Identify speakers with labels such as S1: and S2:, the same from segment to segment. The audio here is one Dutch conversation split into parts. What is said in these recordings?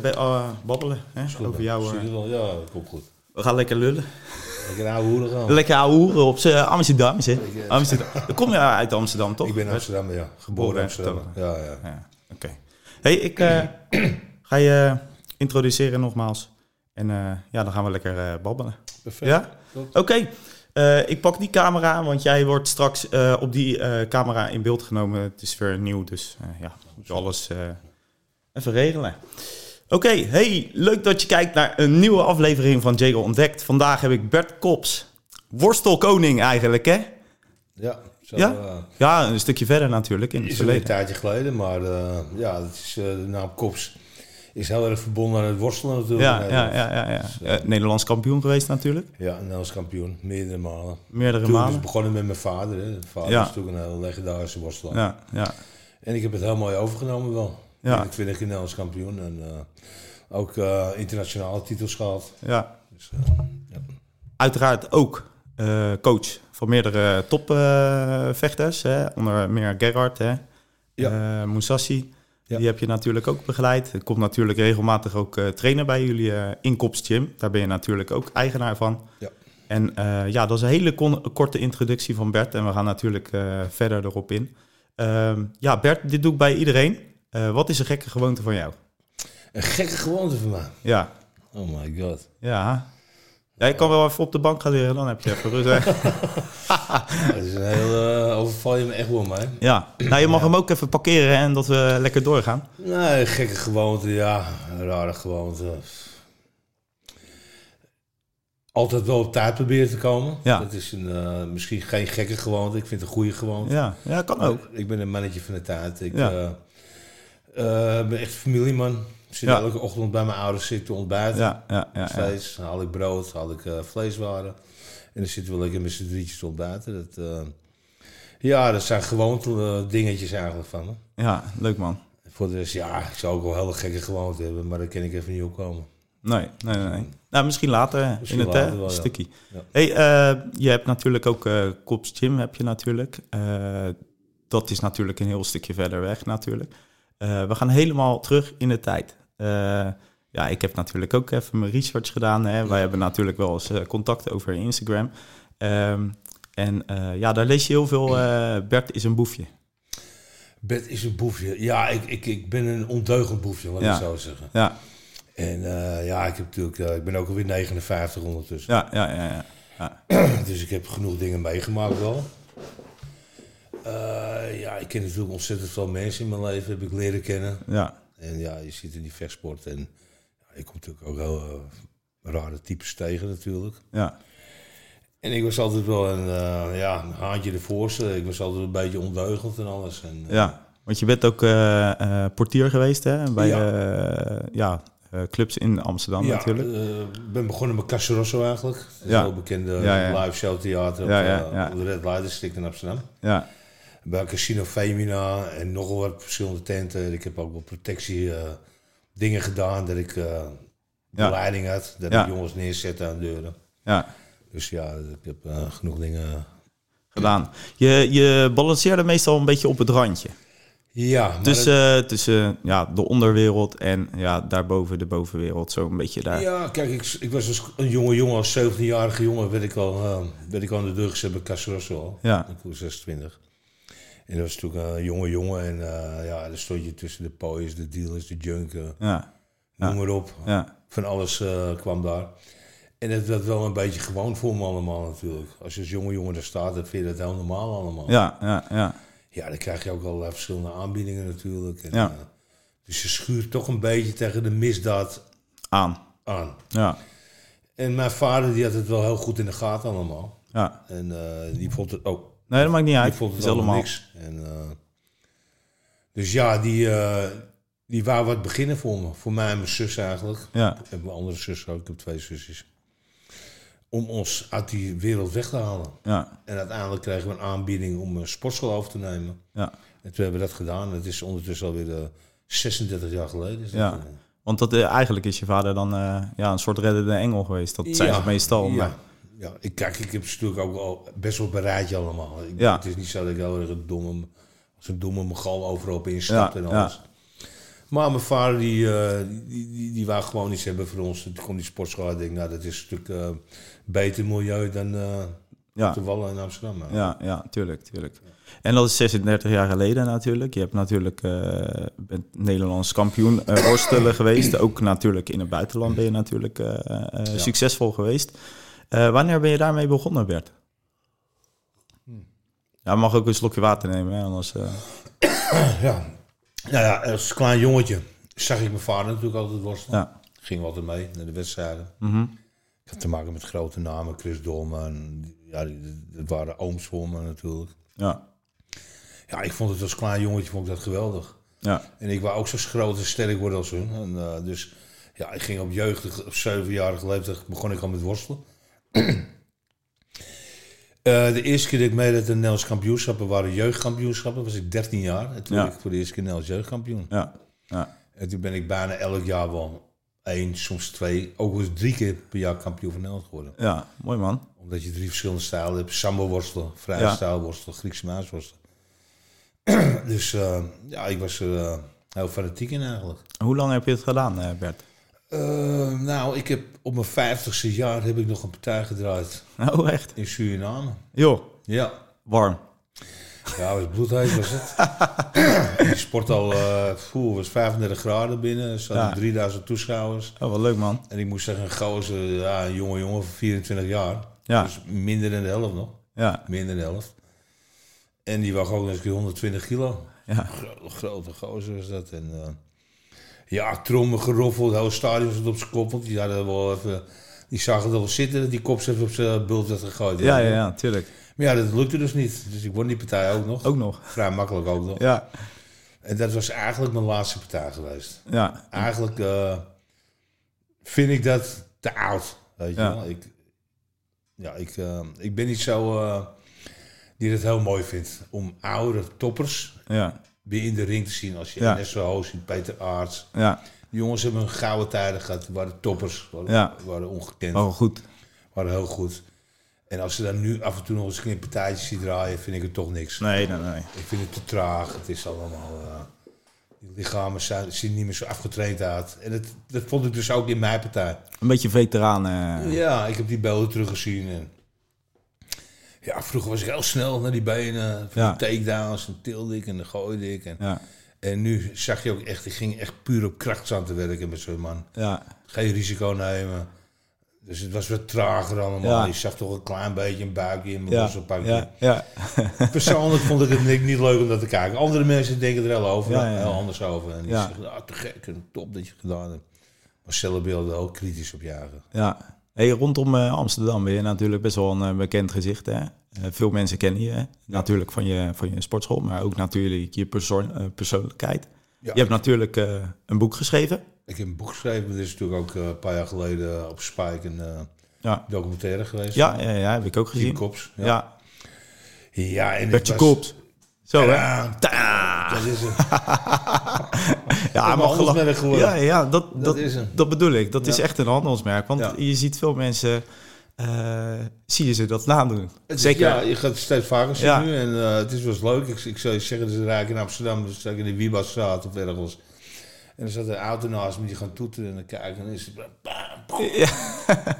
S1: be- eh, babbelen hè,
S2: Is goed,
S1: over
S2: man.
S1: jou.
S2: Zie
S1: eh.
S2: je wel? Ja, dat komt goed.
S1: we gaan lekker lullen.
S2: Lekker naar hoeren gaan.
S1: Lekker ouwen op z'n Amsterdam. Hè.
S2: Oh. Ik, eh,
S1: Amsterdam. Dan kom je uit Amsterdam, toch?
S2: Ik ben Amsterdam, ja.
S1: Geboren
S2: Geboren Amsterdam. Ja, ja.
S1: Ja, oké. hey, ik eh, ga je eh, introduceren nogmaals. En eh, ja, dan gaan we lekker eh, babbelen.
S2: Perfect.
S1: Ja?
S2: Klopt.
S1: Oké. Eh, ik pak die camera, want jij wordt straks eh, op die eh, camera in beeld genomen. Het is weer nieuw, dus eh, ja, moet je alles eh, even regelen. Oké, hey, leuk dat je kijkt naar een nieuwe aflevering van Jago Ontdekt. Vandaag heb ik Bert Kops, worstelkoning eigenlijk, hè?
S2: Ja, zo,
S1: Ja?
S2: eh,
S1: Ja, een stukje verder natuurlijk in het
S2: is alweer een
S1: verleden.
S2: tijdje geleden, maar eh, ja, het is, eh, de naam Kops is heel erg verbonden aan het worstelen natuurlijk.
S1: Ja,
S2: in
S1: ja,
S2: Nederland.
S1: ja, ja, ja.
S2: Dus,
S1: Eh, Nederlands kampioen geweest natuurlijk.
S2: Ja, Nederlands kampioen, meerdere malen.
S1: Meerdere
S2: Toen is
S1: malen.
S2: het begonnen met mijn vader. Hè. Mijn vader
S1: Ja.
S2: is natuurlijk een heel legendarische worstelaar.
S1: Ja, ja.
S2: En ik heb het heel mooi overgenomen wel.
S1: Ja.
S2: 21 keer Nederlands kampioen en eh, ook eh, internationale titels gehad.
S1: ja.
S2: Dus, eh,
S1: Uiteraard ook eh, coach van meerdere topvechters. onder meer Gerhard, hè.
S2: Ja.
S1: Eh, Moussassi.
S2: Ja.
S1: Die heb je natuurlijk ook begeleid. Er komt natuurlijk regelmatig ook eh trainen bij jullie eh Inkops Gym. Daar ben je natuurlijk ook eigenaar van.
S2: Ja.
S1: En eh, ja, dat is een hele kon- korte introductie van Bert. En we gaan natuurlijk eh, verder erop in. Ehm, ja, Bert, dit doe ik bij iedereen. Eh, wat is een gekke gewoonte van jou?
S2: een gekke gewoonte van mij.
S1: Ja,
S2: Oh my god.
S1: Ja. Ja, ik kan wel even op de bank gaan leren, dan heb je even rust.
S2: Dat is een heel... eh, overval je me echt wel mee.
S1: ja, nou, je mag hem ook even parkeren en dat we lekker doorgaan.
S2: Nee, gekke gewoonte, ja. Een rare gewoonte. Altijd wel op tijd proberen te komen.
S1: Ja.
S2: Dat is een, eh, misschien geen gekke gewoonte. Ik vind het een goede gewoonte.
S1: Ja, ja kan ook.
S2: Ik ben een mannetje van de tijd. Ik
S1: Ja.
S2: eh, eh, ben echt familieman. Ik zit
S1: Ja.
S2: elke ochtend bij mijn ouders zitten te ontbijten.
S1: Ja, ja, ja. ja.
S2: Steeds haal ik brood, haal ik eh, vleeswaren. En dan zitten we lekker met z'n drietjes te ontbijten. Dat, eh, ja, dat zijn gewoonte eh, dingetjes eigenlijk van me.
S1: Ja, leuk man.
S2: Voor de rest, ja, ik zou ook wel hele gekke gewoonte hebben, maar daar kan ik even niet op komen.
S1: Nee, nee, nee, nee. Nou, misschien later
S2: Misschien
S1: in het
S2: later
S1: eh,
S2: wel, ja.
S1: stukje.
S2: Ja.
S1: Hey, eh, je hebt natuurlijk ook eh Kops Gym, heb je natuurlijk. Eh, dat is natuurlijk een heel stukje verder weg natuurlijk. Eh, we gaan helemaal terug in de tijd. Eh, ja, ik heb natuurlijk ook even mijn research gedaan. Hè. Wij hebben natuurlijk wel eens eh, contact over Instagram. Ehm, en eh, ja, daar lees je heel veel. eh, Bert is een boefje.
S2: Bert is een boefje. Ja, ik, ik, ik ben een ondeugend boefje, laat ik
S1: Ja.
S2: het zo zeggen.
S1: Ja,
S2: En eh, ja, ik, heb natuurlijk, eh, ik ben ook alweer 59 ondertussen.
S1: ja, ja, ja. ja.
S2: Dus ik heb genoeg dingen meegemaakt wel. Eh, ja, ik ken natuurlijk ontzettend veel mensen in mijn leven, heb ik leren kennen.
S1: ja.
S2: En ja, je zit in die vechtsport en ja, ik kom natuurlijk ook heel eh, rare types tegen natuurlijk.
S1: ja.
S2: En ik was altijd wel een, eh, ja, een haantje de voorste. Ik was altijd een beetje ondeugend en alles. En, eh,
S1: Ja, want je bent ook eh, eh, portier geweest hè? bij
S2: Ja.
S1: eh, ja, eh, clubs in Amsterdam
S2: ja,
S1: natuurlijk.
S2: eh, Ik ben begonnen met Casa Rosso eigenlijk. Dat is
S1: Ja.
S2: een heel bekende
S1: Ja, ja.
S2: live show theater
S1: Ja,
S2: op,
S1: ja,
S2: eh,
S1: ja.
S2: op de Red Light District in Amsterdam.
S1: Ja,
S2: Bij Casino Femina en nogal wat verschillende tenten. Ik heb ook wel protectie eh, dingen gedaan. Dat ik eh begeleiding had. Dat
S1: Ja.
S2: ik jongens neerzette aan deuren.
S1: ja,
S2: Dus ja, ik heb eh, genoeg dingen...
S1: gedaan. Je, je balanceerde meestal een beetje op het randje.
S2: Ja, maar
S1: Tussen, eh, tussen ja, de onderwereld en ja, daarboven de bovenwereld. Zo een beetje daar.
S2: Ja, kijk, ik, ik was als een jonge jongen, als 17-jarige jongen, werd ik al, eh, werd ik al aan de deur gezet bij Casarosso al.
S1: Ja.
S2: Ik was 26. En dat was natuurlijk een jonge jongen en eh, ja, dan stond je tussen de pooiers, de dealers, de junken,
S1: Ja,
S2: noem maar op.
S1: ja,
S2: Van alles eh, kwam daar. En dat werd wel een beetje gewoon voor me allemaal natuurlijk. Als je als jonge jongen daar staat, dan vind je dat heel normaal allemaal.
S1: ja, ja, ja.
S2: Ja, dan krijg je ook allerlei verschillende aanbiedingen natuurlijk. En,
S1: Ja.
S2: eh, dus je schuurt toch een beetje tegen de misdaad
S1: Aan.
S2: aan.
S1: Ja,
S2: En mijn vader die had het wel heel goed in de gaten allemaal.
S1: ja.
S2: En eh, die vond het ook.
S1: Nee, dat maakt niet
S2: die
S1: uit.
S2: vond het
S1: is
S2: allemaal
S1: allemaal.
S2: niks. En, eh, dus ja, die, eh, die wou wat beginnen voor me. Voor mij en mijn zus eigenlijk.
S1: Ja,
S2: En mijn andere zus ook. Ik heb twee zusjes. Om ons uit die wereld weg te halen.
S1: ja,
S2: En uiteindelijk kregen we een aanbieding om een sportschool over te nemen.
S1: ja.
S2: En toen hebben we dat gedaan. Het is ondertussen alweer eh, 36 jaar geleden. is dat,
S1: Ja.
S2: eh.
S1: Want dat, eh, eigenlijk is je vader dan eh, ja, een soort reddende engel geweest. Dat zijn ze meestal.
S2: Ja.
S1: Maar,
S2: Ja, ik, kijk, ik heb ze natuurlijk ook al best wel op een rijtje allemaal. Ik,
S1: Ja.
S2: Het is niet zo dat ik heel erg een domme, als een domme gal overal op instapt
S1: Ja,
S2: en alles. Maar mijn vader, die, eh, die, die, die wou gewoon iets hebben voor ons. Toen kwam die sportschool. Ik denk, nou, dat is een stuk eh, beter milieu dan eh
S1: Ja.
S2: de Wallen in Amsterdam. hè.
S1: Ja, ja, tuurlijk, tuurlijk. En dat is 36 jaar geleden natuurlijk. Je hebt natuurlijk eh, bent Nederlands kampioen eh worstelen geweest. Ook natuurlijk in het buitenland ben je natuurlijk eh, eh, succesvol geweest. Eh, wanneer ben je daarmee begonnen, Bert? Hmm. Ja, je mag ook een slokje water nemen, hè, anders... eh,
S2: Ja. Nou ja, als klein jongetje zag ik mijn vader natuurlijk altijd worstelen.
S1: ja.
S2: Ging altijd mee naar de wedstrijden.
S1: Mhm.
S2: Ik had te maken met grote namen. Chris Dolman. Ja, die- dat waren ooms voor me natuurlijk.
S1: ja,
S2: Ja, ik vond het als klein jongetje vond ik dat geweldig.
S1: ja,
S2: En ik wou ook zo groot en sterk worden als hun. En, eh, dus ja, ik ging op jeugdig, op zevenjarige leeftijd begon ik al met worstelen. Eh, de eerste keer dat ik meedeed aan Nederlands kampioenschappen waren jeugdkampioenschappen. was ik 13 jaar. En toen
S1: Ja.
S2: werd ik voor de eerste keer Nederlands jeugdkampioen.
S1: ja, ja.
S2: En toen ben ik bijna elk jaar wel één, soms twee, ook wel eens drie keer per jaar kampioen van Nederland geworden.
S1: Ja, mooi man.
S2: Omdat je drie verschillende stijlen hebt. Sambo worstelen, vrije
S1: Ja.
S2: stijl worstelen, Griekse maasworstelen. dus eh, ja, ik was er eh, heel fanatiek in eigenlijk.
S1: Hoe lang heb je het gedaan, eh, Bert?
S2: Eh, nou, ik heb op mijn vijftigste jaar heb ik nog een partij gedraaid
S1: Oh, echt?
S2: in Suriname.
S1: Joh,
S2: Ja.
S1: warm.
S2: Ja, het was bloedheet was het. ik sport al, eh poeh, was 35 graden binnen, er zaten
S1: Ja.
S2: 3000 toeschouwers.
S1: Oh, wat leuk, man.
S2: En ik moest zeggen, een gozer, ja, een jonge jongen van 24 jaar.
S1: Ja.
S2: Dus minder dan de helft nog.
S1: Ja,
S2: Minder dan de helft. En die woog ook nog eens een keer 120 kilo.
S1: ja,
S2: Gro- grote gozer was dat. En, eh, ja, trommen geroffeld, het hele stadion zat op zijn kop. Want die, hadden wel even, die zagen het wel zitten dat die kop even op zijn bult werd gegooid.
S1: ja, ja, ja tuurlijk.
S2: Maar ja, dat lukte dus niet. Dus ik won die partij ook nog.
S1: Ook nog.
S2: Vrij makkelijk ook nog.
S1: Ja,
S2: En dat was eigenlijk mijn laatste partij geweest.
S1: ja,
S2: Eigenlijk eh, vind ik dat te oud. Weet je
S1: Ja.
S2: wel? Ik, ja, ik, eh, ik ben niet zo eh, die dat heel mooi vindt. Om oude toppers
S1: ja,
S2: weer in de ring te zien. Als je
S1: Ja.
S2: Ernesto Hoos ziet, Peter Aarts.
S1: ja.
S2: Die jongens hebben een gouden tijden gehad. Die waren toppers. Waren,
S1: Ja.
S2: waren ongekend.
S1: Oh, goed.
S2: Waren heel goed. En als ze dan nu af en toe nog eens een keer partijtjes zien draaien, vind ik het toch niks.
S1: Nee, nee, nee.
S2: Ik vind het te traag. Het is allemaal... eh, die lichamen zijn, zien niet meer zo afgetraind uit. En dat, dat vond ik dus ook in mijn partij.
S1: Een beetje veteraan. eh.
S2: Ja, ik heb die beelden teruggezien. En... Ja, vroeger was ik heel snel naar die benen. Van
S1: Ja.
S2: de takedowns en tilde ik en dan gooide ik. En...
S1: ja,
S2: En nu zag je ook echt, ik ging echt puur op kracht aan te werken met zo'n man.
S1: ja,
S2: Geen risico nemen. Dus het was wat trager allemaal.
S1: Ja.
S2: Je zag toch een klein beetje een buikje in mijn
S1: ja,
S2: borstopakje.
S1: ja, ja,
S2: Persoonlijk vond ik het niet, niet leuk om dat te kijken. Andere mensen denken er heel, over,
S1: Ja, ja, ja.
S2: heel anders over. En die
S1: Ja.
S2: zeggen, ah, te gek, en top dat je het gedaan hebt. Marcelle wilde ook kritisch op jagen.
S1: ja. Hey, rondom eh, Amsterdam ben je natuurlijk best wel een eh, bekend gezicht. Hè? Eh, veel mensen kennen je. hè. Natuurlijk van je, van je sportschool, maar ook natuurlijk je persoon, eh, persoonlijkheid.
S2: Ja.
S1: Je hebt natuurlijk eh, een boek geschreven.
S2: Ik heb een boek geschreven, maar dit is natuurlijk ook eh, een paar jaar geleden op Spike een eh,
S1: Ja,
S2: documentaire geweest.
S1: ja, ja, ja, heb ik ook
S2: Team
S1: gezien.
S2: Kops.
S1: Ja,
S2: Ja. Ja, en ik
S1: Bertje
S2: was-
S1: Koops. Zo, hè?
S2: Ja, dat is het.
S1: Ja,
S2: een
S1: maar gelach-
S2: handelsmerk geworden.
S1: Ja, ja dat, dat, dat,
S2: is hem.
S1: bedoel ik. Dat is
S2: Ja.
S1: echt een handelsmerk. Want
S2: Ja.
S1: je ziet veel mensen, eh, zie je ze dat nadoen.
S2: Het is-
S1: Zeker.
S2: ja, je gaat steeds vaker zien
S1: Ja.
S2: nu en eh, het is wel eens leuk. Ik, ik zou je zeggen, dus raak in Amsterdam, dus zat ik in de Wiebadstraat of ergens. En er zat een auto naast me die gaan toeteren en dan kijken. En dan is het bam, bam,
S1: Ja,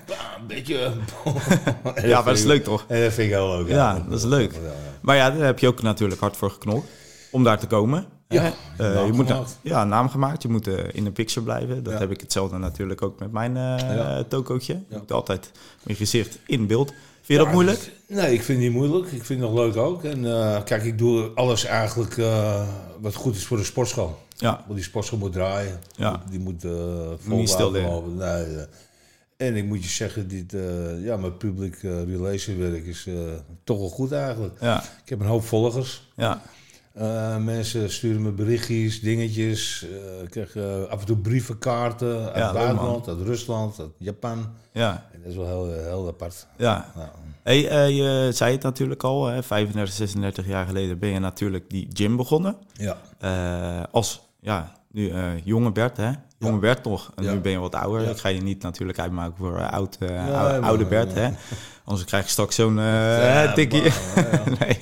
S2: bam, Ah, een beetje. eh,
S1: ja, maar dat is leuk toch?
S2: En dat vind ik heel leuk.
S1: Ja, dat is leuk.
S2: Ja, ja.
S1: Maar ja, daar heb je ook natuurlijk hard voor geknopt om daar te komen.
S2: Ja,
S1: Hè?
S2: naam
S1: Eh, je moet
S2: gemaakt.
S1: na- ja, naam gemaakt. Je moet eh, in de picture blijven. Dat
S2: Ja.
S1: heb ik hetzelfde natuurlijk ook met mijn eh
S2: Ja.
S1: tokootje. Je
S2: Ja.
S1: moet altijd mijn gezicht in beeld. Vind je
S2: Ja,
S1: dat moeilijk?
S2: dus- nee, ik vind het niet moeilijk. Ik vind het nog leuk ook. En eh, kijk, ik doe alles eigenlijk eh, wat goed is voor de sportschool.
S1: Ja,
S2: Want die sportschool moet draaien.
S1: Ja.
S2: Die moet eh vol
S1: niet stil
S2: blijven
S1: liggen.
S2: lopen. Nee, eh. En ik moet je zeggen, dit, eh, ja, mijn public eh relation werk is eh, toch wel goed eigenlijk.
S1: ja,
S2: Ik heb een hoop volgers.
S1: ja,
S2: Eh, mensen sturen me berichtjes, dingetjes. Eh, ik krijg eh, af en toe brievenkaarten uit
S1: Ja,
S2: het
S1: leuk, man.
S2: buitenland, uit Rusland, uit Japan.
S1: ja,
S2: En dat is wel heel, heel apart.
S1: ja.
S2: Nou,
S1: Hey, eh, je zei het natuurlijk al, hè, 35, 36 jaar geleden ben je natuurlijk die gym begonnen.
S2: ja.
S1: Eh, als ja, nu eh, jonge Bert, hè? Jonge Bert nog. En
S2: Ja.
S1: nu ben je wat ouder.
S2: Ja.
S1: Ik ga je niet natuurlijk uitmaken voor eh, oud, eh,
S2: Nee,
S1: ou-
S2: maar-
S1: oude Bert, hè? Anders krijg je straks zo'n eh,
S2: Ja,
S1: tikkie.
S2: maar, ja.
S1: nee.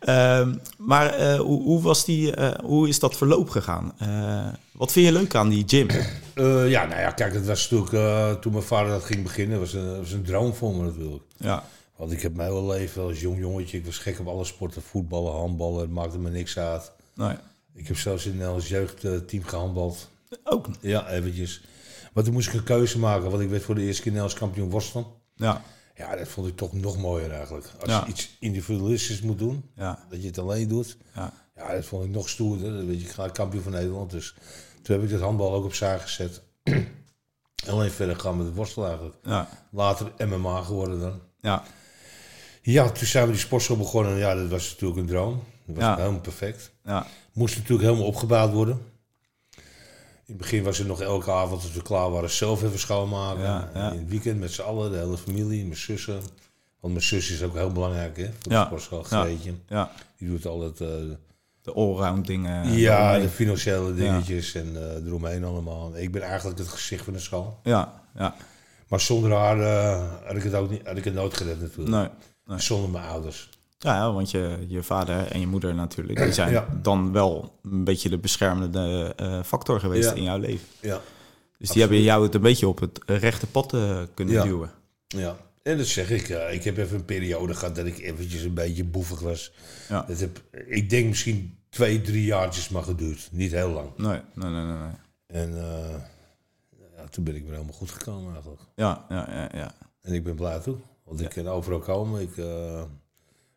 S1: Ehm, maar eh, hoe, hoe, was die, eh, hoe is dat verloop gegaan? Eh, wat vind je leuk aan die gym?
S2: Eh, ja, nou ja, kijk, het was natuurlijk eh, toen mijn vader dat ging beginnen, was een, was een droom voor me natuurlijk.
S1: Ja,
S2: Want ik heb mijn hele leven als jong jongetje, ik was gek op alle sporten, voetballen, handballen, het maakte me niks uit.
S1: nou ja.
S2: Ik heb zelfs in ons jeugdteam gehandbald.
S1: ook.
S2: Ja, eventjes. Maar toen moest ik een keuze maken, want ik werd voor de eerste keer Nederlands kampioen worstelen.
S1: Ja,
S2: Ja, dat vond ik toch nog mooier eigenlijk. Als
S1: Ja.
S2: je iets individualistisch moet doen,
S1: ja,
S2: dat je het alleen doet.
S1: ja.
S2: Ja, dat vond ik nog stoerder. Dan weet je, ik ga kampioen van Nederland. Dus toen heb ik het handbal ook opzij gezet. alleen verder gaan met het worstelen eigenlijk.
S1: ja.
S2: Later MMA geworden dan.
S1: Ja,
S2: Ja, toen zijn we die sportschool begonnen. En Ja, dat was natuurlijk een droom. Dat was
S1: Ja.
S2: helemaal perfect.
S1: ja,
S2: Moest natuurlijk helemaal opgebouwd worden. In het begin was het nog elke avond als we klaar waren zelf even schoonmaken.
S1: Ja, ja.
S2: En In het weekend met z'n allen, de hele familie, mijn zussen. Want mijn zus is ook heel belangrijk hè, voor de
S1: Ja,
S2: sportschool.
S1: ja.
S2: Greetje.
S1: ja.
S2: Die doet al het... eh,
S1: De allround dingen. eh,
S2: ja,
S1: daaromheen.
S2: de financiële dingetjes en eh eromheen allemaal. Ik ben eigenlijk het gezicht van de school.
S1: Ja, ja.
S2: Maar zonder haar eh, had, ik het ook niet, had ik het nooit gered natuurlijk.
S1: Nee. nee.
S2: Zonder mijn ouders.
S1: Ja, ja, want je, je vader en je moeder natuurlijk, die zijn
S2: Ja.
S1: dan wel een beetje de beschermende eh, factor geweest
S2: Ja.
S1: in jouw leven.
S2: Ja.
S1: Dus die hebben jou het een beetje op het rechte pad eh, kunnen
S2: Ja.
S1: duwen.
S2: Ja, en dat zeg ik. eh, ik heb even een periode gehad dat ik eventjes een beetje boevig was.
S1: Ja.
S2: Dat heb, ik denk misschien twee, drie jaartjes maar geduurd. Niet heel lang.
S1: Nee, nee, nee, nee. nee.
S2: En eh, ja, toen ben ik weer helemaal goed gekomen eigenlijk.
S1: Ja, ja, ja, ja.
S2: En ik ben blij toe. Want ik kan overal komen. Ik eh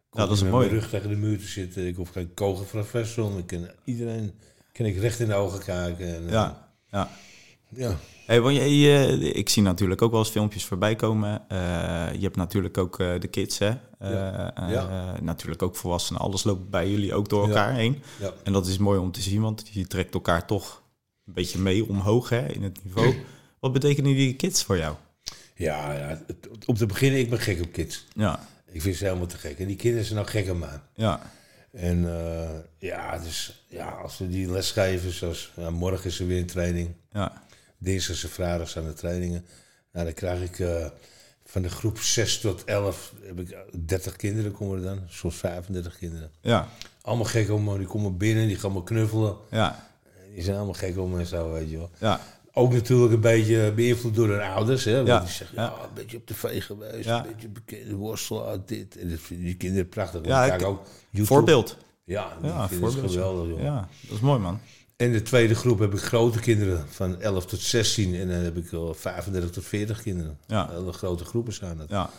S2: kom
S1: dat is
S2: niet met
S1: mooi.
S2: mijn rug tegen de muur te zitten. Ik hoef geen kogel van een vest om. Ik kan iedereen kan ik recht in de ogen kijken. En, eh,
S1: ja, ja.
S2: ja.
S1: Hey, want je, je- ik zie natuurlijk ook wel eens filmpjes voorbij komen. Eh, je hebt natuurlijk ook eh, de kids, hè? Eh,
S2: Ja.
S1: eh,
S2: Ja.
S1: natuurlijk ook volwassenen. Alles loopt bij jullie ook door
S2: Ja.
S1: elkaar heen.
S2: ja.
S1: En dat is mooi om te zien, want je trekt elkaar toch een beetje mee omhoog hè, in het niveau. Wat betekenen die kids voor jou?
S2: Ja, ja, het- op te beginnen, ik ben gek op kids.
S1: Ja,
S2: Ik vind ze helemaal te gek. En die kinderen zijn nou gek op mij.
S1: ja,
S2: En eh, ja, dus ja, als we die les geven, zoals ja, morgen is er weer een training.
S1: ja,
S2: Dinsdags en vrijdags zijn de trainingen. Nou, dan krijg ik eh, van de groep 6 tot 11, heb ik eh, 30 kinderen komen er dan. Soms 35 kinderen.
S1: ja,
S2: Allemaal gek om me, die komen binnen, die gaan me knuffelen.
S1: ja,
S2: Die zijn allemaal gek om me en zo, weet je wel.
S1: ja,
S2: Ook natuurlijk een beetje beïnvloed door hun ouders. Hè? Want
S1: Ja,
S2: die zeggen,
S1: ja.
S2: ja, een beetje op de vee geweest,
S1: Ja.
S2: een beetje bekende worstelaar, dit. En dat vinden die kinderen prachtig.
S1: Ja,
S2: Ja, ik
S1: ik-
S2: ook YouTube.
S1: Voorbeeld.
S2: Ja, die
S1: Ja,
S2: vinden het
S1: voorbeeld.
S2: geweldig, joh.
S1: Ja, dat is mooi, man.
S2: En de tweede groep heb ik grote kinderen van 11 tot 16 en dan heb ik al 35 tot 40 kinderen.
S1: Ja.
S2: Hele grote groepen zijn dat.
S1: Ja,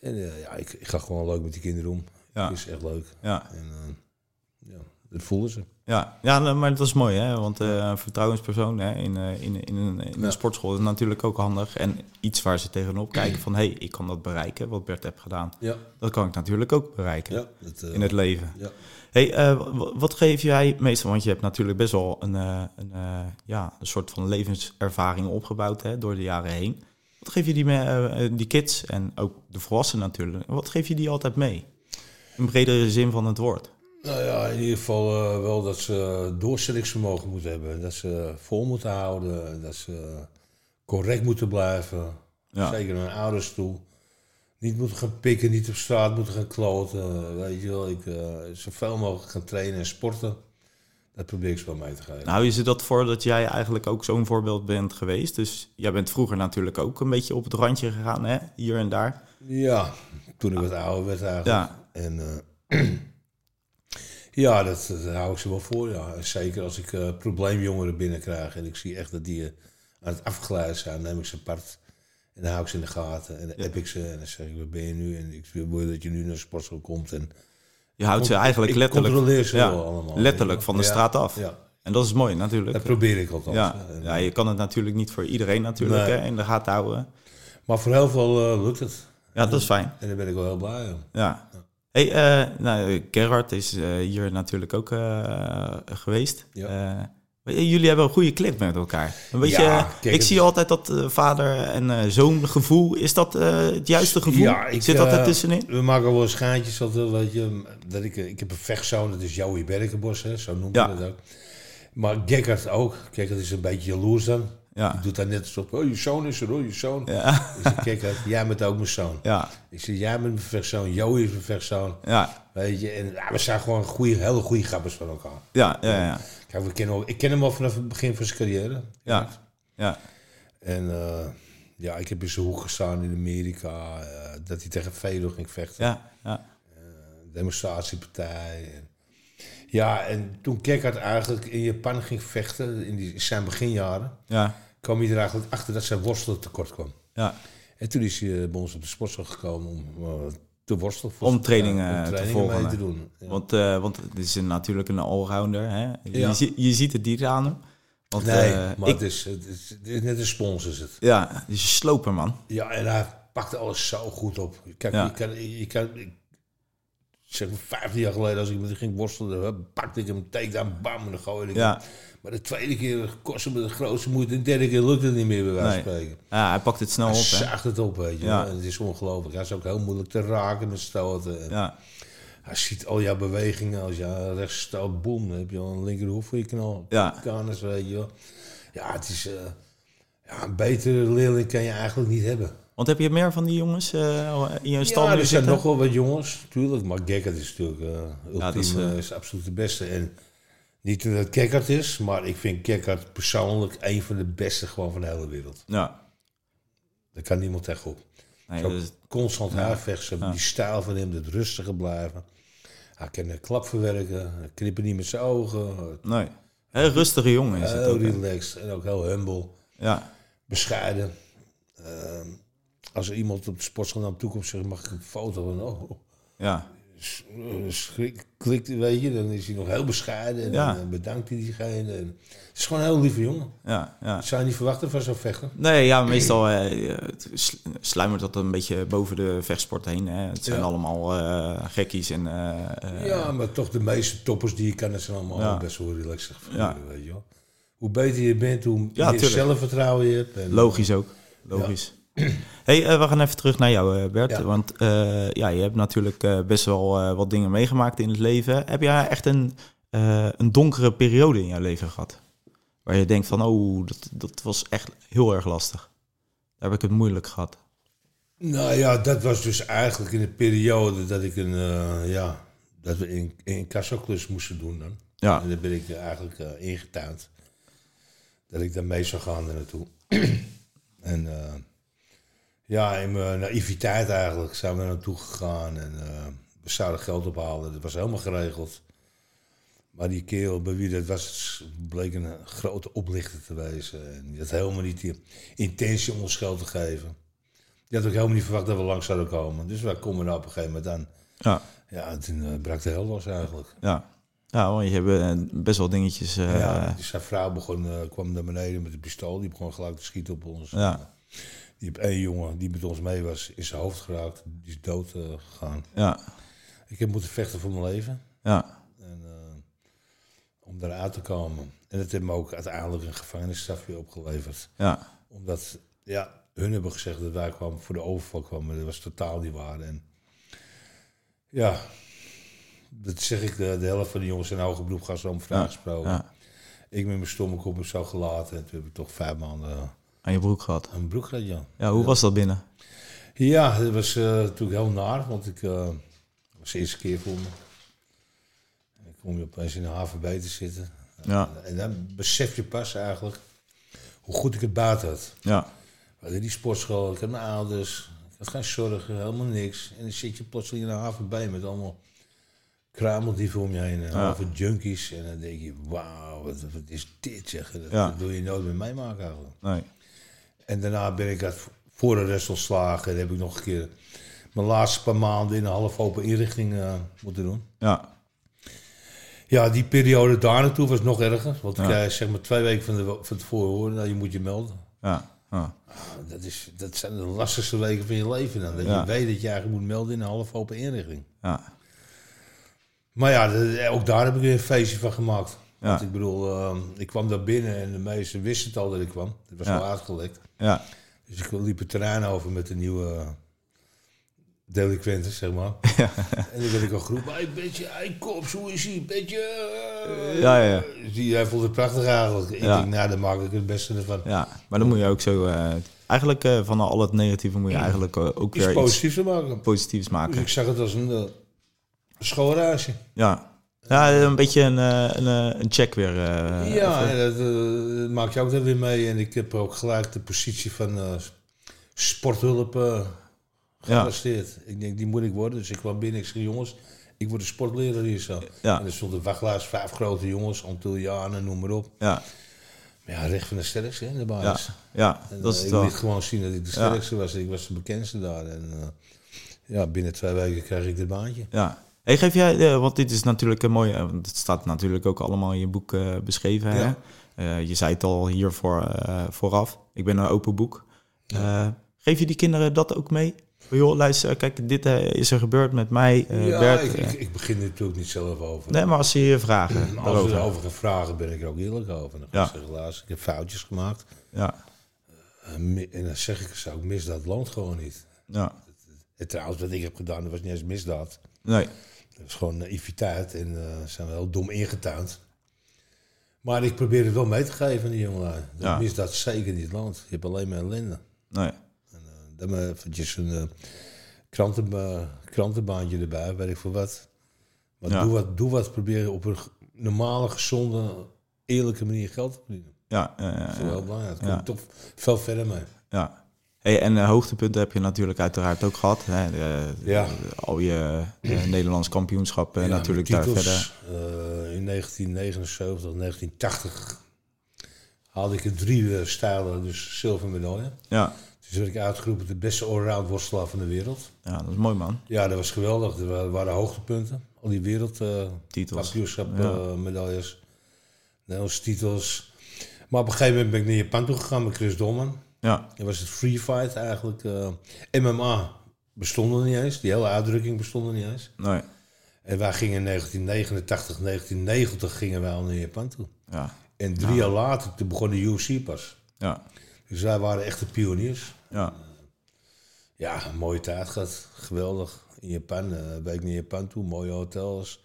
S2: En eh, ja, ik, ik ga gewoon leuk met die kinderen om.
S1: Ja.
S2: Het is echt leuk.
S1: ja,
S2: En eh, ja, dat voelen ze.
S1: ja. ja nou, maar dat is mooi, hè? Want eh, een vertrouwenspersoon hè, in, eh, in, in, een, in een
S2: Ja.
S1: sportschool is natuurlijk ook handig. En iets waar ze tegenop kijken van... hé, hey, ik kan dat bereiken, wat Bert heeft gedaan.
S2: Ja,
S1: Dat kan ik natuurlijk ook bereiken
S2: ja. Dat, eh,
S1: in het leven.
S2: ja.
S1: Hey, eh, wa- wat geef jij meestal? Want je hebt natuurlijk best wel een, eh, een, eh, ja, een soort van levenservaring opgebouwd hè, door de jaren heen. Wat geef je die, me- eh, eh, die kids en ook de volwassenen natuurlijk? Wat geef je die altijd mee? In bredere zin van het woord.
S2: Nou ja, in ieder geval eh, wel dat ze doorzettingsvermogen moeten hebben. Dat ze vol moeten houden. Dat ze correct moeten blijven.
S1: Ja.
S2: Zeker naar hun ouders toe. Niet moeten gaan pikken, niet op straat moeten gaan kloten. Weet je wel, ik, eh, zoveel mogelijk gaan trainen en sporten. Dat probeer ik ze wel mee te geven.
S1: Nou, is het dat voor dat jij eigenlijk ook zo'n voorbeeld bent geweest? Dus jij bent vroeger natuurlijk ook een beetje op het randje gegaan, hè? hier en daar.
S2: Ja, toen ik wat ouder werd eigenlijk.
S1: Ja,
S2: En eh, ja, dat, dat hou ik ze wel voor. Ja. En Zeker als ik eh, probleemjongeren binnenkrijg en ik zie echt dat die eh, aan het afgeleid zijn, neem ik ze apart. En dan hou ik ze in de gaten en dan
S1: Ja.
S2: app ik ze en dan zeg ik, waar ben je nu? En ik wil dat je nu naar de sportschool komt. En
S1: je houdt ze eigenlijk
S2: ik
S1: letterlijk,
S2: controleer ze
S1: ja,
S2: wel allemaal.
S1: letterlijk van de
S2: Ja,
S1: straat af.
S2: Ja,
S1: En dat is mooi natuurlijk.
S2: dat probeer ik althans.
S1: Ja,
S2: En,
S1: ja, je kan het natuurlijk niet voor iedereen natuurlijk
S2: Nee.
S1: hè, in de gaten houden.
S2: Maar voor heel veel eh, lukt het.
S1: Ja, dat is fijn.
S2: En daar ben ik wel heel blij om.
S1: Ja. Hey, eh, nou, Gerhard is eh, hier natuurlijk ook eh, geweest.
S2: Ja.
S1: Eh, maar jullie hebben een goede klik met elkaar. Een beetje, eh,
S2: Ja, kijk,
S1: ik
S2: het
S1: zie
S2: is-
S1: altijd dat eh, vader en eh, zoon gevoel. Is dat eh, het juiste gevoel?
S2: Ja, ik,
S1: Zit dat er
S2: eh,
S1: tussenin?
S2: We maken wel eens gaatjes. Dat, eh, weet je, dat ik, eh, ik heb een vechtzoon, dat is Joey Berkenbos, hè, zo noemen we
S1: Ja.
S2: dat ook. Maar Gekkert ook. Gekkert is een beetje jaloers dan.
S1: Ja.
S2: doet daar net alsof, oh, je zoon is er hoor, je zoon.
S1: Ah. Ja.
S2: Ik zeg, kijk, uit, jij bent ook mijn zoon.
S1: Ja.
S2: Ik zeg, jij bent mijn vechtzoon, Jo is mijn vechtzoon.
S1: Ja.
S2: Weet je, en ja, we zijn gewoon goede, hele goede grappers van elkaar.
S1: Ja. Ja. Ja.
S2: Kijk, we kennen, al- ik ken hem al vanaf het begin van zijn carrière.
S1: Ja. Ja.
S2: En eh, ja, ik heb in zijn hoek gestaan in Amerika. eh, dat hij tegen Fedor ging vechten.
S1: Ja. Ja.
S2: Demonstratiepartij. En, ja, en toen Kekkert eigenlijk in Japan ging vechten, in die, zijn beginjaren,
S1: Ja.
S2: kwam hij er eigenlijk achter dat zijn worstelen tekort kwam.
S1: Ja.
S2: En toen is hij eh, bij ons op de sportschool gekomen om eh, te worstelen.
S1: Om trainingen, eh, te volgen,
S2: mee
S1: hè.
S2: te doen. Ja.
S1: Want, eh, want het is een- natuurlijk een allrounder. Hè? Je,
S2: Ja.
S1: zie- je ziet het niet aan hem. Want,
S2: nee,
S1: eh,
S2: maar
S1: ik-
S2: het, is, het, is, het is net een spons is het.
S1: ja, het is een sloper, man.
S2: Ja, en hij pakte alles zo goed op. Kijk,
S1: Ja.
S2: je kan, je kan, ik zeg maar, vijftien jaar geleden als ik met hem ging worstelen, hup, pakte ik hem, takedown, bam, en dan gooide ik
S1: Ja.
S2: hem. Maar de tweede keer kostte me de grootste moeite, en de derde keer lukte het niet meer bij wijze van
S1: Nee.
S2: spreken.
S1: Ja, hij pakt het snel
S2: Hij
S1: op. Hè?
S2: zaagt het op, weet je.
S1: Ja.
S2: wel. En het is ongelooflijk. Hij is ook heel moeilijk te raken met stoten. En
S1: Ja,
S2: Hij ziet al jouw bewegingen. Als je rechts stoot, boem, dan heb je al een linkerhoef voor je knal.
S1: Ja.
S2: Kanus, weet je wel. Ja, het is... eh, ja, een betere leerling kan je eigenlijk niet hebben.
S1: want heb je meer van die jongens eh, in je stal
S2: Ja,
S1: nu
S2: er zijn
S1: zitten?
S2: nog wel wat jongens, natuurlijk. Maar Gekkert is natuurlijk eh
S1: Ja, dat is,
S2: ultiem,
S1: eh,
S2: eh, is absoluut de beste. En niet dat het Gekkert is, maar ik vind Gekkert persoonlijk een van de beste gewoon van de hele wereld.
S1: Ja,
S2: Daar kan niemand tegenop.
S1: nee, dus-
S2: Zo
S1: dat is-
S2: constant haarvechten, die stijl van hem, dat rustige blijven. Hij kan een klap verwerken, hij knippen niet met zijn ogen.
S1: nee. Hè, rustige jongen is het
S2: Heel
S1: ook. hè?
S2: relaxed en ook heel humble,
S1: Ja,
S2: bescheiden. Ehm, als er iemand op de sportschool naar hem toe komt zegt, mag ik een foto? Dan, oh, oh,
S1: ja,
S2: s- eh, schrik, klikt, weet je, dan is hij nog heel bescheiden en
S1: Ja.
S2: dan eh, bedankt hij diegene. En het is gewoon een heel lieve jongen.
S1: ja, ja.
S2: Dat zou je niet verwachten van zo'n vechter.
S1: Nee, ja, meestal eh, het sl- sluimert dat een beetje boven de vechtsport heen. Hè. Het zijn
S2: Ja.
S1: allemaal eh, gekkies en... eh, eh,
S2: Ja, maar toch de meeste toppers die je kan, dat zijn allemaal
S1: Ja.
S2: best wel relaxed
S1: Ja.
S2: figuren, weet je wel. Hoe beter je bent, hoe
S1: Ja,
S2: meer
S1: tuurlijk.
S2: zelfvertrouwen je hebt. En,
S1: Logisch ook. Logisch. hey, eh, we gaan even terug naar jou, eh, Bert.
S2: Ja.
S1: Want eh, ja, je hebt natuurlijk eh, best wel eh, wat dingen meegemaakt in het leven. Heb jij echt een, eh, een donkere periode in jouw leven gehad? Waar je denkt van, oh, dat, dat was echt heel erg lastig. Daar heb ik het moeilijk gehad.
S2: Nou ja, dat was dus eigenlijk in de periode dat ik een, eh, ja, dat we in, in kassaklus moesten doen dan.
S1: Ja,
S2: En daar ben ik eh, eigenlijk eh, ingetuind. Dat ik daar mee zou gaan daar naartoe. en eh, ja, in mijn naïviteit eigenlijk zijn we daar naartoe gegaan. En eh, we zouden geld ophalen. Dat was helemaal geregeld. Maar die kerel bij wie dat was, bleek een eh, grote oplichter te wezen. En die had helemaal niet die intentie om ons geld te geven. Die had ook helemaal niet verwacht dat we langs zouden komen. Dus wij komen er op een gegeven moment aan.
S1: ja,
S2: Ja, en toen eh, brak de hel los eigenlijk.
S1: ja. Ja, want je hebt eh, best wel dingetjes... eh,
S2: Ja, dus zijn vrouw begon, eh, kwam naar beneden met een pistool. Die begon gelijk te schieten op ons.
S1: Ja.
S2: Die heeft één jongen die met ons mee was, in zijn hoofd geraakt. Die is dood eh, gegaan.
S1: ja,
S2: Ik heb moeten vechten voor mijn leven.
S1: ja,
S2: En, eh, om daaruit te komen. En dat heeft me ook uiteindelijk een gevangenisstraf weer opgeleverd.
S1: ja,
S2: Omdat, ja, hun hebben gezegd dat wij kwamen voor de overval kwamen. maar Dat was totaal niet waar. En ja, dat zeg ik. De, de helft van de jongens in hoger beroep gaan zo om vragen gesproken.
S1: ja.
S2: Ik met mijn stomme kop heb zo gelaten. En toen heb ik toch vijf maanden
S1: Aan je broek gehad.
S2: een broek gehad, Jan.
S1: Ja, hoe was dat binnen?
S2: Ja, dat was eh, natuurlijk heel naar. Want ik eh, was de eerste keer voor me. En dan kom je opeens in de haven bij te zitten. Eh,
S1: Ja,
S2: En dan besef je pas eigenlijk hoe goed ik het baat had.
S1: ja,
S2: We hadden die sportschool, ik had mijn ouders. Ik had geen zorgen, helemaal niks. En dan zit je plotseling in de haven bij met allemaal krameldieven om je heen. En halve junkies. En dan denk je, wauw, wat, wat is dit zeg. Dat,
S1: Ja.
S2: dat wil je nooit meer meemaken eigenlijk.
S1: nee.
S2: En daarna ben ik uit voor de rest ontslagen. En heb ik nog een keer mijn laatste paar maanden in een half open inrichting eh, moeten doen.
S1: Ja,
S2: Ja, die periode daar naartoe was nog erger. Want ik krijg zeg maar twee weken van, de, van tevoren horen, nou, je moet je melden.
S1: ja, ja,
S2: Nou, Dat, is, dat zijn de lastigste weken van je leven dan. Dat
S1: Ja.
S2: je weet dat je eigenlijk moet melden in een half open inrichting.
S1: ja,
S2: Maar ja, dat- eh, ook daar heb ik weer een feestje van gemaakt.
S1: Ja.
S2: Want ik bedoel, eh, ik kwam daar binnen en de meesten wisten het al dat ik kwam. Het was
S1: Ja.
S2: al uitgelekt.
S1: ja,
S2: Dus ik liep het terrein over met de nieuwe eh, delinquenten, zeg maar. En dan ben ik al geroepen, hey, beetje, hey, kops, hoe is hij? Beetje... eh."
S1: Ja, ja, ja.
S2: Die, hij vond het prachtig eigenlijk. Ik
S1: Ja.
S2: denk, nou, daar maak ik het beste ervan.
S1: Ja, maar dan moet je ook zo... eh, eigenlijk eh, van al het negatieve moet je eigenlijk eh, ook
S2: Mm. Iets
S1: weer iets
S2: positiefs te maken.
S1: positiefs
S2: Dus
S1: maken.
S2: ik zag het als een eh, schoolreisje.
S1: Ja, ja een beetje een, eh, een, eh, een check weer. eh,
S2: ja, en dat eh, maak je ook dan weer mee. En ik heb ook gelijk de positie van eh, sporthulp eh gearresteerd. Ik denk, die moet ik worden. Dus ik kwam binnen, ik zeg, jongens, ik word een sportleraar hier zo.
S1: Ja.
S2: En er stonden wachtlijst, vijf grote jongens, Antillianen, noem maar op.
S1: ja,
S2: Maar ja, recht van de sterkste hè, de
S1: ja,
S2: baas.
S1: ja,
S2: En,
S1: dat is
S2: eh,
S1: het
S2: ik
S1: wel.
S2: liet gewoon zien dat ik de sterkste was. Ik was de bekendste daar. En eh, ja, binnen twee weken kreeg ik dit baantje.
S1: Ja. Hey, geef jij, eh, want dit is natuurlijk een mooie, eh, want het staat natuurlijk ook allemaal in je boek eh, beschreven. Hè?
S2: Ja.
S1: Eh, je zei het al hiervoor eh, vooraf, ik ben een open boek. Eh, geef je die kinderen dat ook mee? Van, Joh, luister, kijk, dit eh, is er gebeurd met mij, eh,
S2: ja,
S1: Bert.
S2: ik,
S1: Eh,
S2: ik, ik begin er natuurlijk niet zelf over.
S1: nee, maar als ze je vragen
S2: Maar Mm, Als
S1: daarover.
S2: we erover gaan vragen, ben ik er ook eerlijk over. Dan
S1: Ja.
S2: ga ik zeggen, luister, ik heb foutjes gemaakt.
S1: Ja,
S2: En, mi- en dan zeg ik ze ook, misdaad land gewoon niet.
S1: ja,
S2: En trouwens, wat ik heb gedaan, dat was niet eens misdaad.
S1: nee,
S2: Dat was gewoon naïviteit en eh, zijn we heel dom ingetuind. Maar ik probeer het wel mee te geven aan die jongelui. Dat
S1: Ja.
S2: misdaad zeker niet land. Je hebt alleen maar ellende.
S1: nee.
S2: Eh, Dan maar eventjes een eh, kranten, eh, krantenbaantje erbij, weet ik voor wat. Maar
S1: Ja.
S2: doe wat, doe wat, probeer op een g- normale, gezonde, eerlijke manier geld te verdienen.
S1: Ja, eh,
S2: Dat is wel heel belangrijk. Daar
S1: Ja.
S2: kom je toch veel verder mee.
S1: ja. Hey, en eh, hoogtepunten heb je natuurlijk uiteraard ook gehad. Hè? Eh,
S2: Ja.
S1: Al je eh, Nederlands kampioenschappen
S2: Ja,
S1: natuurlijk
S2: met
S1: daar
S2: titels,
S1: verder.
S2: eh, in 1979, 1980 haalde ik in drie eh, stijlen, dus zilver medaille.
S1: Ja.
S2: Dus werd ik uitgeroepen de beste allround worstelaar van de wereld.
S1: ja, dat is mooi man.
S2: Ja, dat was geweldig. Er wa- waren hoogtepunten. Al die eh,
S1: Titels.
S2: wereldkampioenschap-medailles. eh, Nederlandse titels. Maar op een gegeven moment ben ik naar Japan toe gegaan met Chris Dolman.
S1: Ja,
S2: Dat was het free fight eigenlijk. eh, MMA bestond er niet eens. Die hele uitdrukking bestond er niet eens.
S1: nee.
S2: En wij gingen in 1989, 1990 gingen wij al naar Japan toe.
S1: Ja,
S2: En drie jaar later toen begon de UFC pas.
S1: ja,
S2: Dus wij waren echte pioniers.
S1: ja,
S2: Ja, een mooie tijd gehad. Geweldig. In Japan, eh ben ik naar Japan toe, mooie hotels.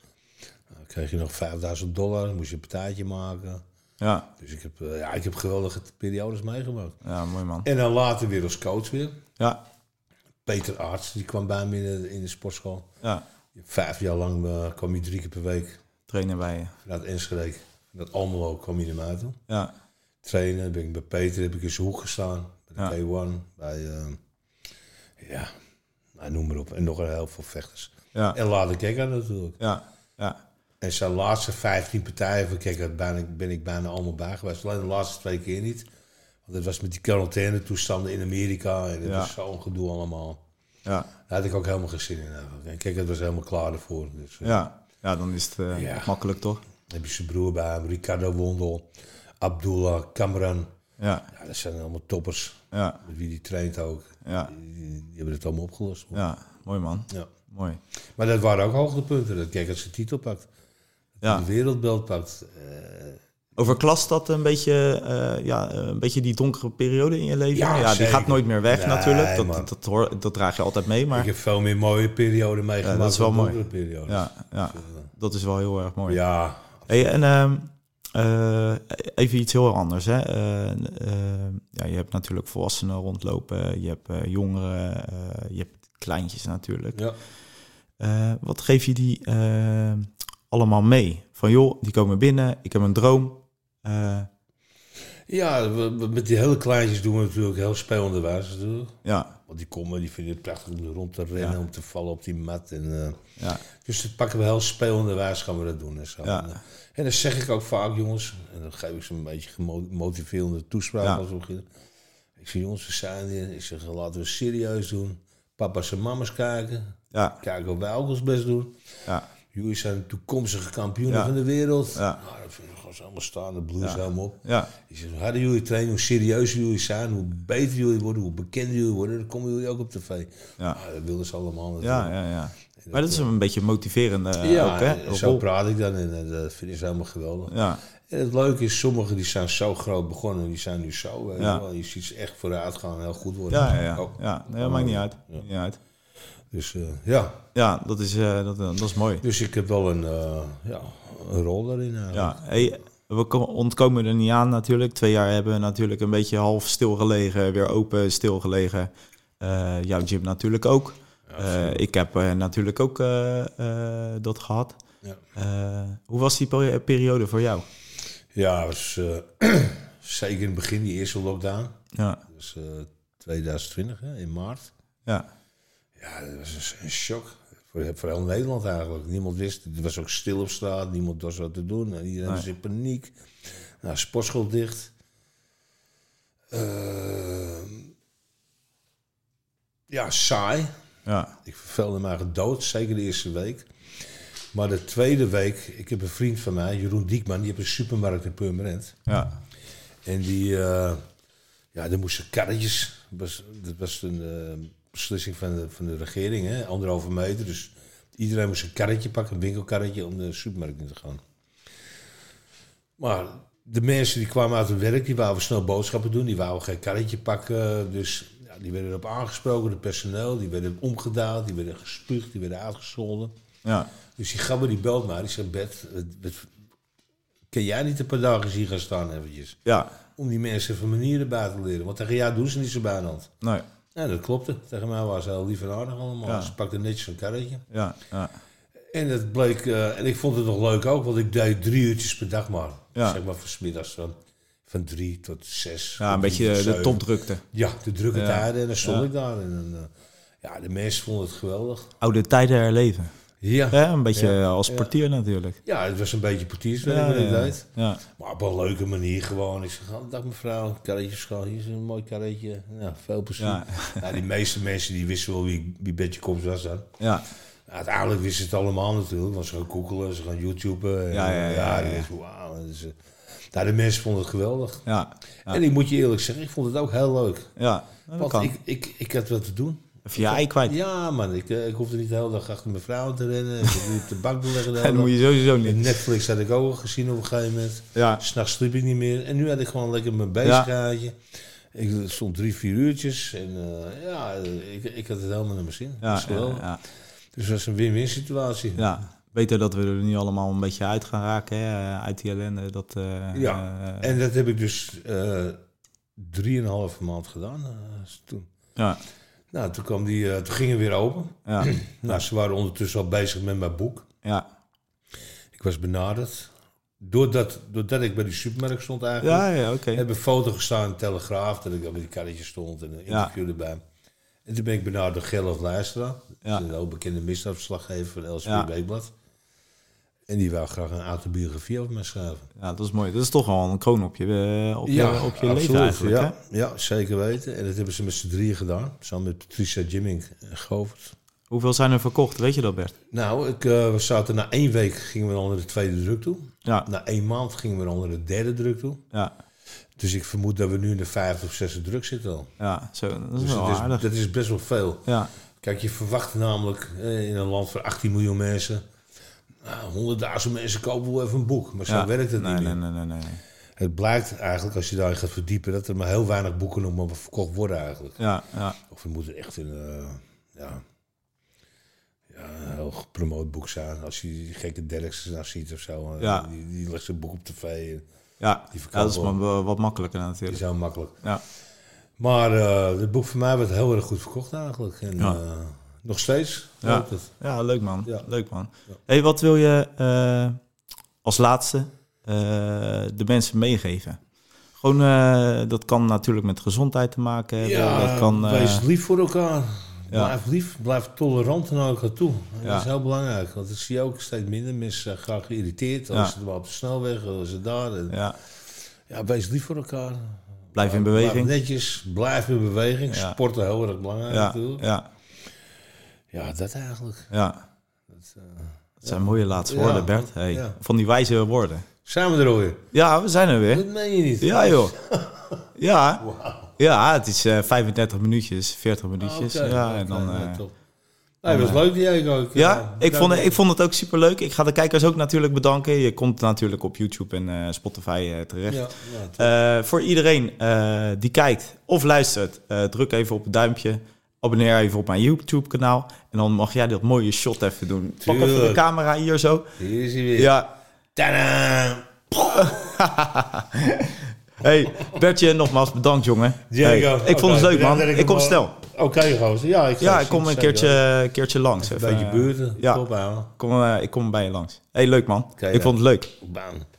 S2: Dan kreeg je nog 5000 dollar, moest je een partijtje maken.
S1: ja,
S2: Dus ik heb, eh, ja, ik heb geweldige periodes meegemaakt.
S1: ja, mooi man.
S2: En dan later weer als coach weer.
S1: Ja,
S2: Peter Arts, die kwam bij me in de, in de sportschool.
S1: ja,
S2: Vijf jaar lang eh, kwam hij drie keer per week
S1: trainen bij je.
S2: vanuit Enschede. Vanuit Almelo kwam hij naar mij toe.
S1: Ja,
S2: trainen. Ben ik bij Peter heb ik in zijn hoek gestaan. Bij de
S1: Ja.
S2: K1. Bij, eh, ja, nou, noem maar op. En nog een heel veel vechters.
S1: ja,
S2: En Lade Kekker natuurlijk.
S1: ja, ja,
S2: En zijn laatste 15 partijen van Kekker bijna, ben ik bijna allemaal bij geweest. Alleen de laatste twee keer niet. Want dat was met die quarantaine toestanden in Amerika. En dat
S1: Ja.
S2: was zo'n gedoe allemaal.
S1: ja,
S2: Daar had ik ook helemaal geen zin in eigenlijk. En Kekker was helemaal klaar ervoor. Dus, eh,
S1: ja. Ja, dan is het eh,
S2: Ja.
S1: makkelijk toch?
S2: Dan heb je zijn broer bij hem. Ricardo Wondel. Abdullah Cameron.
S1: Ja,
S2: Ja, dat zijn allemaal toppers.
S1: ja,
S2: Met wie die traint ook.
S1: ja,
S2: Die, die hebben het allemaal opgelost. hoor.
S1: ja, mooi man.
S2: Ja.
S1: Mooi.
S2: Maar dat waren ook hoogtepunten. Dat Kijk, als ze titel pakt. Dat
S1: Ja.
S2: hij De wereldbeeld pakt. Eh,
S1: Overklast dat een beetje, eh, ja, een beetje die donkere periode in je leven?
S2: Ja,
S1: die
S2: zeker.
S1: gaat nooit meer weg
S2: Nee,
S1: natuurlijk.
S2: man.
S1: Dat, dat, hoor, dat draag je altijd mee,
S2: ik
S1: maar
S2: heb veel meer mooie perioden meegemaakt.
S1: Ja, dat is wel
S2: dan
S1: mooi.
S2: donkere Periodes.
S1: ja, ja, dat is wel heel erg mooi.
S2: eh, ja.
S1: Hey, en ehm, eh, even iets heel anders. Hè? Eh, eh, ja, je hebt natuurlijk volwassenen rondlopen, je hebt eh, jongeren, eh, je hebt kleintjes natuurlijk.
S2: Ja.
S1: Eh, wat geef je die eh, allemaal mee? Van joh, die komen binnen, ik heb een droom. Eh,
S2: Ja, we- we- met die hele kleintjes doen we natuurlijk heel spelende wijze. natuurlijk.
S1: ja,
S2: Want die komen, die vinden het prachtig om rond te rennen,
S1: Ja.
S2: om te vallen op die mat. En, eh,
S1: ja,
S2: Dus dat pakken we heel spelende wijs gaan we dat doen. En, zo.
S1: Ja.
S2: En, eh, en dat zeg ik ook vaak, jongens. En dan geef ik ze een beetje gemo- motiverende toespraak.
S1: Ja.
S2: Als we beginnen. Ik zeg, jongens, we zijn hier. Ik zeg, laten we serieus doen. Papa's en mama's kijken.
S1: ja,
S2: Kijken wat wij ook ons best doen.
S1: ja,
S2: Jullie zijn de toekomstige kampioenen
S1: Ja.
S2: van de wereld.
S1: Ja.
S2: Nou, dat vind ik gewoon zo allemaal staan. De blues helemaal op.
S1: ja,
S2: Ik zeg, hoe harder jullie trainen, hoe serieuzer jullie zijn, hoe beter jullie worden, hoe bekender jullie worden, dan komen jullie ook op tv.
S1: Ja.
S2: Nou, dat wilden ze allemaal. natuurlijk.
S1: ja, ja, ja. Maar dat is een beetje een motiverende eh,
S2: Ja,
S1: ook, hè?
S2: zo
S1: rol.
S2: praat ik dan en eh, dat vind ik helemaal geweldig.
S1: Ja,
S2: En het leuke is, sommigen die zijn zo groot begonnen, die zijn nu zo. weet je
S1: Ja.
S2: wel. Je ziet ze echt vooruit gaan en heel goed worden.
S1: ja, ja. ja.
S2: Oh.
S1: ja. Nee, dat maakt niet uit.
S2: Ja.
S1: Niet uit.
S2: Dus eh, ja,
S1: Ja, dat is, eh, dat, dat is mooi.
S2: dus ik heb wel een, eh, ja, een rol daarin. eh.
S1: Ja, hey, we ko- ontkomen er niet aan natuurlijk. Twee jaar hebben we natuurlijk een beetje half stilgelegen, weer open stilgelegen. Eh jouw gym natuurlijk ook. Eh, ik heb eh, natuurlijk ook eh, eh, dat gehad.
S2: Ja.
S1: Eh, hoe was die peri- periode voor jou?
S2: Ja, het was, eh, zeker in het begin, die eerste lockdown.
S1: Ja,
S2: Dat was eh, 2020, hè, in maart.
S1: ja,
S2: Ja, dat was een, een shock. Voor, voor heel Nederland eigenlijk. Niemand wist, het was ook stil op straat, niemand was wat te doen. En Iedereen was in paniek. Nou, sportschool dicht. Eh, ja, saai.
S1: ja,
S2: Ik vervelde me eigenlijk dood, zeker de eerste week. Maar de tweede week, ik heb een vriend van mij, Jeroen Diekman, die heeft een supermarkt in Purmerend.
S1: ja,
S2: En die, eh, ja, er moesten karretjes. Dat was, dat was een eh, beslissing van de, van de regering, hè? anderhalve meter. Dus iedereen moest een karretje pakken, een winkelkarretje, om de supermarkt in te gaan. Maar de mensen die kwamen uit hun werk, die wouden snel boodschappen doen, die wouden geen karretje pakken. Dus ja, die werden erop aangesproken, het personeel, die werden omgedaald, die werden gespuugd, die werden uitgescholden.
S1: ja,
S2: Dus die gabber die belt mij, die zegt, Bert, wat- wat- kan jij niet een paar dagen hier gaan staan eventjes?
S1: ja.
S2: om die mensen van manieren bij te leren. Want tegen jou doen ze niet zo bijna. hand.
S1: Nee,
S2: Ja, dat klopte. Tegen mij waren ze heel lief en aardig allemaal.
S1: Ja.
S2: Ze pakten netjes een karretje.
S1: ja, ja,
S2: En dat bleek... eh, en ik vond het nog leuk ook, want ik deed drie uurtjes per dag maar.
S1: Ja.
S2: Zeg maar van 's middags van, van drie tot zes.
S1: ja, een
S2: Drie
S1: beetje
S2: tot
S1: de, de
S2: zeven.
S1: topdrukte.
S2: Ja, de drukke
S1: Ja.
S2: tijden. En dan stond
S1: Ja.
S2: ik daar. En, dan, eh, ja, de mensen vonden het geweldig.
S1: Oude tijden herleven.
S2: Ja.
S1: Hè, een beetje
S2: Ja.
S1: als
S2: Ja.
S1: portier natuurlijk.
S2: Ja, het was een beetje portierswerk
S1: Ja,
S2: wat ik
S1: ja,
S2: deed.
S1: ja,
S2: Maar op een leuke manier gewoon. Ik zeg, oh, dag mevrouw, karretje schoon. Hier is een mooi karretje. Nou, veel plezier.
S1: Ja.
S2: Nou, die meeste mensen die wisten wel wie, wie Betje Kops was dan.
S1: ja,
S2: Nou, uiteindelijk wisten ze het allemaal natuurlijk. Want ze gaan googelen, ze gaan YouTuben. En,
S1: Ja, ja, ja, ja,
S2: die
S1: ja.
S2: mensen, wauw. En Dus, eh, nou, de mensen vonden het geweldig.
S1: ja, ja,
S2: En ik moet je eerlijk zeggen, ik vond het ook heel leuk.
S1: ja. Dat
S2: Want
S1: kan.
S2: ik, ik, ik had wat te doen.
S1: Even je ei kwijt.
S2: Ja, man, ik, eh, ik hoefde niet de hele dag achter mijn vrouw te rennen. Ik hoefde niet op de bank te leggen. de hele
S1: En dat moet
S2: dag.
S1: je sowieso
S2: En
S1: niet.
S2: Netflix had ik ook al gezien op een gegeven moment.
S1: Ja,
S2: S'nachts sliep ik niet meer. En nu had ik gewoon lekker mijn bezigheidje. Ik stond drie, vier uurtjes. En eh, ja, ik, ik had het helemaal naar mijn zin.
S1: ja,
S2: Dus
S1: ja,
S2: wel.
S1: ja,
S2: Dus het was een win-win situatie. Ja.
S1: ja. Beter dat we er nu allemaal een beetje uit gaan raken, hè, uit die ellende. Dat, eh, eh,
S2: En dat heb ik dus eh, drieënhalve maand gedaan eh, toen.
S1: ja,
S2: Nou, toen, kwam die, eh, toen ging het weer open.
S1: ja,
S2: Nou, ze waren ondertussen al bezig met mijn boek.
S1: ja,
S2: Ik was benaderd. Doordat, doordat ik bij die supermarkt stond eigenlijk.
S1: ja, ja oké.
S2: Ik heb een foto gestaan in de Telegraaf dat ik op die karretje stond en een interview erbij. En toen ben ik benaderd door Gerlof Leijstra,
S1: Ja.
S2: een heel bekende misdaadverslaggever van LSP
S1: Ja.
S2: Weekblad. En die wou graag een autobiografie over mij schrijven.
S1: Ja, dat is mooi. Dat is toch al een kroon op je, eh, op je, op je leven
S2: absoluut,
S1: eigenlijk,
S2: ja.
S1: hè?
S2: ja, zeker weten. En dat hebben ze met z'n drieën gedaan, samen met Patricia Jimmink en Govert.
S1: Hoeveel zijn er verkocht, weet je dat, Bert?
S2: Nou, ik, eh, we zaten na één week gingen we al naar de tweede druk toe.
S1: Ja,
S2: Na één maand gingen we al naar de derde druk toe.
S1: ja,
S2: Dus ik vermoed dat we nu in de vijfde of zesde druk zitten al.
S1: ja. Zo, dat is
S2: Dus
S1: wel
S2: dat is,
S1: aardig.
S2: dat is best wel veel.
S1: Ja,
S2: Kijk, je verwacht namelijk eh, in een land van 18 miljoen mensen. nou, 100.000 mensen kopen wel even een boek. Maar zo
S1: ja.
S2: werkt het
S1: nee,
S2: niet.
S1: nee,
S2: meer.
S1: nee, nee, nee.
S2: Het blijkt eigenlijk, als je daarin gaat verdiepen, dat er maar heel weinig boeken nog maar verkocht worden eigenlijk.
S1: Ja, ja,
S2: Of het moet echt een, eh, ja, ja, een heel gepromoot boek zijn. Als je die gekke Derksen nou ziet of zo. eh,
S1: Ja.
S2: Die, die legt zijn boek op tv. en
S1: ja.
S2: Die
S1: ja
S2: verkopen
S1: dat is
S2: wel.
S1: wel wat makkelijker
S2: Dat
S1: natuurlijk.
S2: is heel makkelijk.
S1: Ja,
S2: Maar eh, het boek van mij werd heel erg goed verkocht eigenlijk. En,
S1: Ja.
S2: eh, nog steeds.
S1: Ja.
S2: loopt het.
S1: ja leuk man.
S2: Ja.
S1: Leuk man.
S2: Ja.
S1: hey, wat wil je eh, als laatste eh, de mensen meegeven? Gewoon, eh, dat kan natuurlijk met gezondheid te maken hebben. dat kan, eh,
S2: wees lief voor elkaar.
S1: Ja.
S2: Blijf lief, blijf tolerant naar elkaar toe. En
S1: Ja.
S2: Dat is heel belangrijk, want ik zie ook steeds minder mensen zijn graag geïrriteerd. Als
S1: Ja.
S2: ze maar op de snelweg, als ze daar. En- ja.
S1: ja,
S2: wees lief voor elkaar.
S1: blijf in
S2: Blijf
S1: beweging.
S2: netjes, blijf in beweging.
S1: Ja.
S2: Sporten heel erg belangrijk
S1: Ja,
S2: natuurlijk.
S1: ja,
S2: Ja, dat eigenlijk.
S1: ja.
S2: Dat, eh,
S1: Dat zijn mooie laatste
S2: Ja,
S1: woorden, Bert. Hey,
S2: ja.
S1: Van die wijze woorden.
S2: Zijn we er alweer?
S1: Ja, we zijn er weer.
S2: Dat meen je niet.
S1: Ja, joh. Ja,
S2: Wauw.
S1: ja het is eh 35 minuutjes, 40 minuutjes.
S2: Ah, Oké,
S1: ja,
S2: oké,
S1: en dan,
S2: nou,
S1: eh,
S2: top. Nee, was leuk die ik ook. eh,
S1: Ja, ik vond, het- ik vond het ook superleuk. Ik ga de kijkers ook natuurlijk bedanken. Je komt natuurlijk op YouTube en eh, Spotify eh, terecht.
S2: Ja, ja, top.
S1: Eh, voor iedereen eh, die kijkt of luistert, eh, druk even op het duimpje. Abonneer even op mijn YouTube-kanaal. En dan mag jij dat mooie shot even doen. Pak even de
S2: Tuurlijk.
S1: camera hier zo.
S2: Hier is hij weer.
S1: Ja.
S2: Tadaa!
S1: hey, Bertje, nogmaals bedankt, jongen.
S2: Diego,
S1: Hey, ik vond het
S2: oké,
S1: leuk, man.
S2: bedankt dat
S1: Ik kom
S2: hem,
S1: snel.
S2: eh, Oké, gozer. Ja, ik,
S1: Ja, ik kom een keertje, een keertje langs.
S2: Een
S1: Even,
S2: beetje
S1: eh,
S2: buurten.
S1: Ja,
S2: Top, ouwe.
S1: kom, eh, ik kom bij je langs. hey, leuk, man.
S2: Oké,
S1: ik
S2: dan.
S1: vond het leuk.
S2: Baan.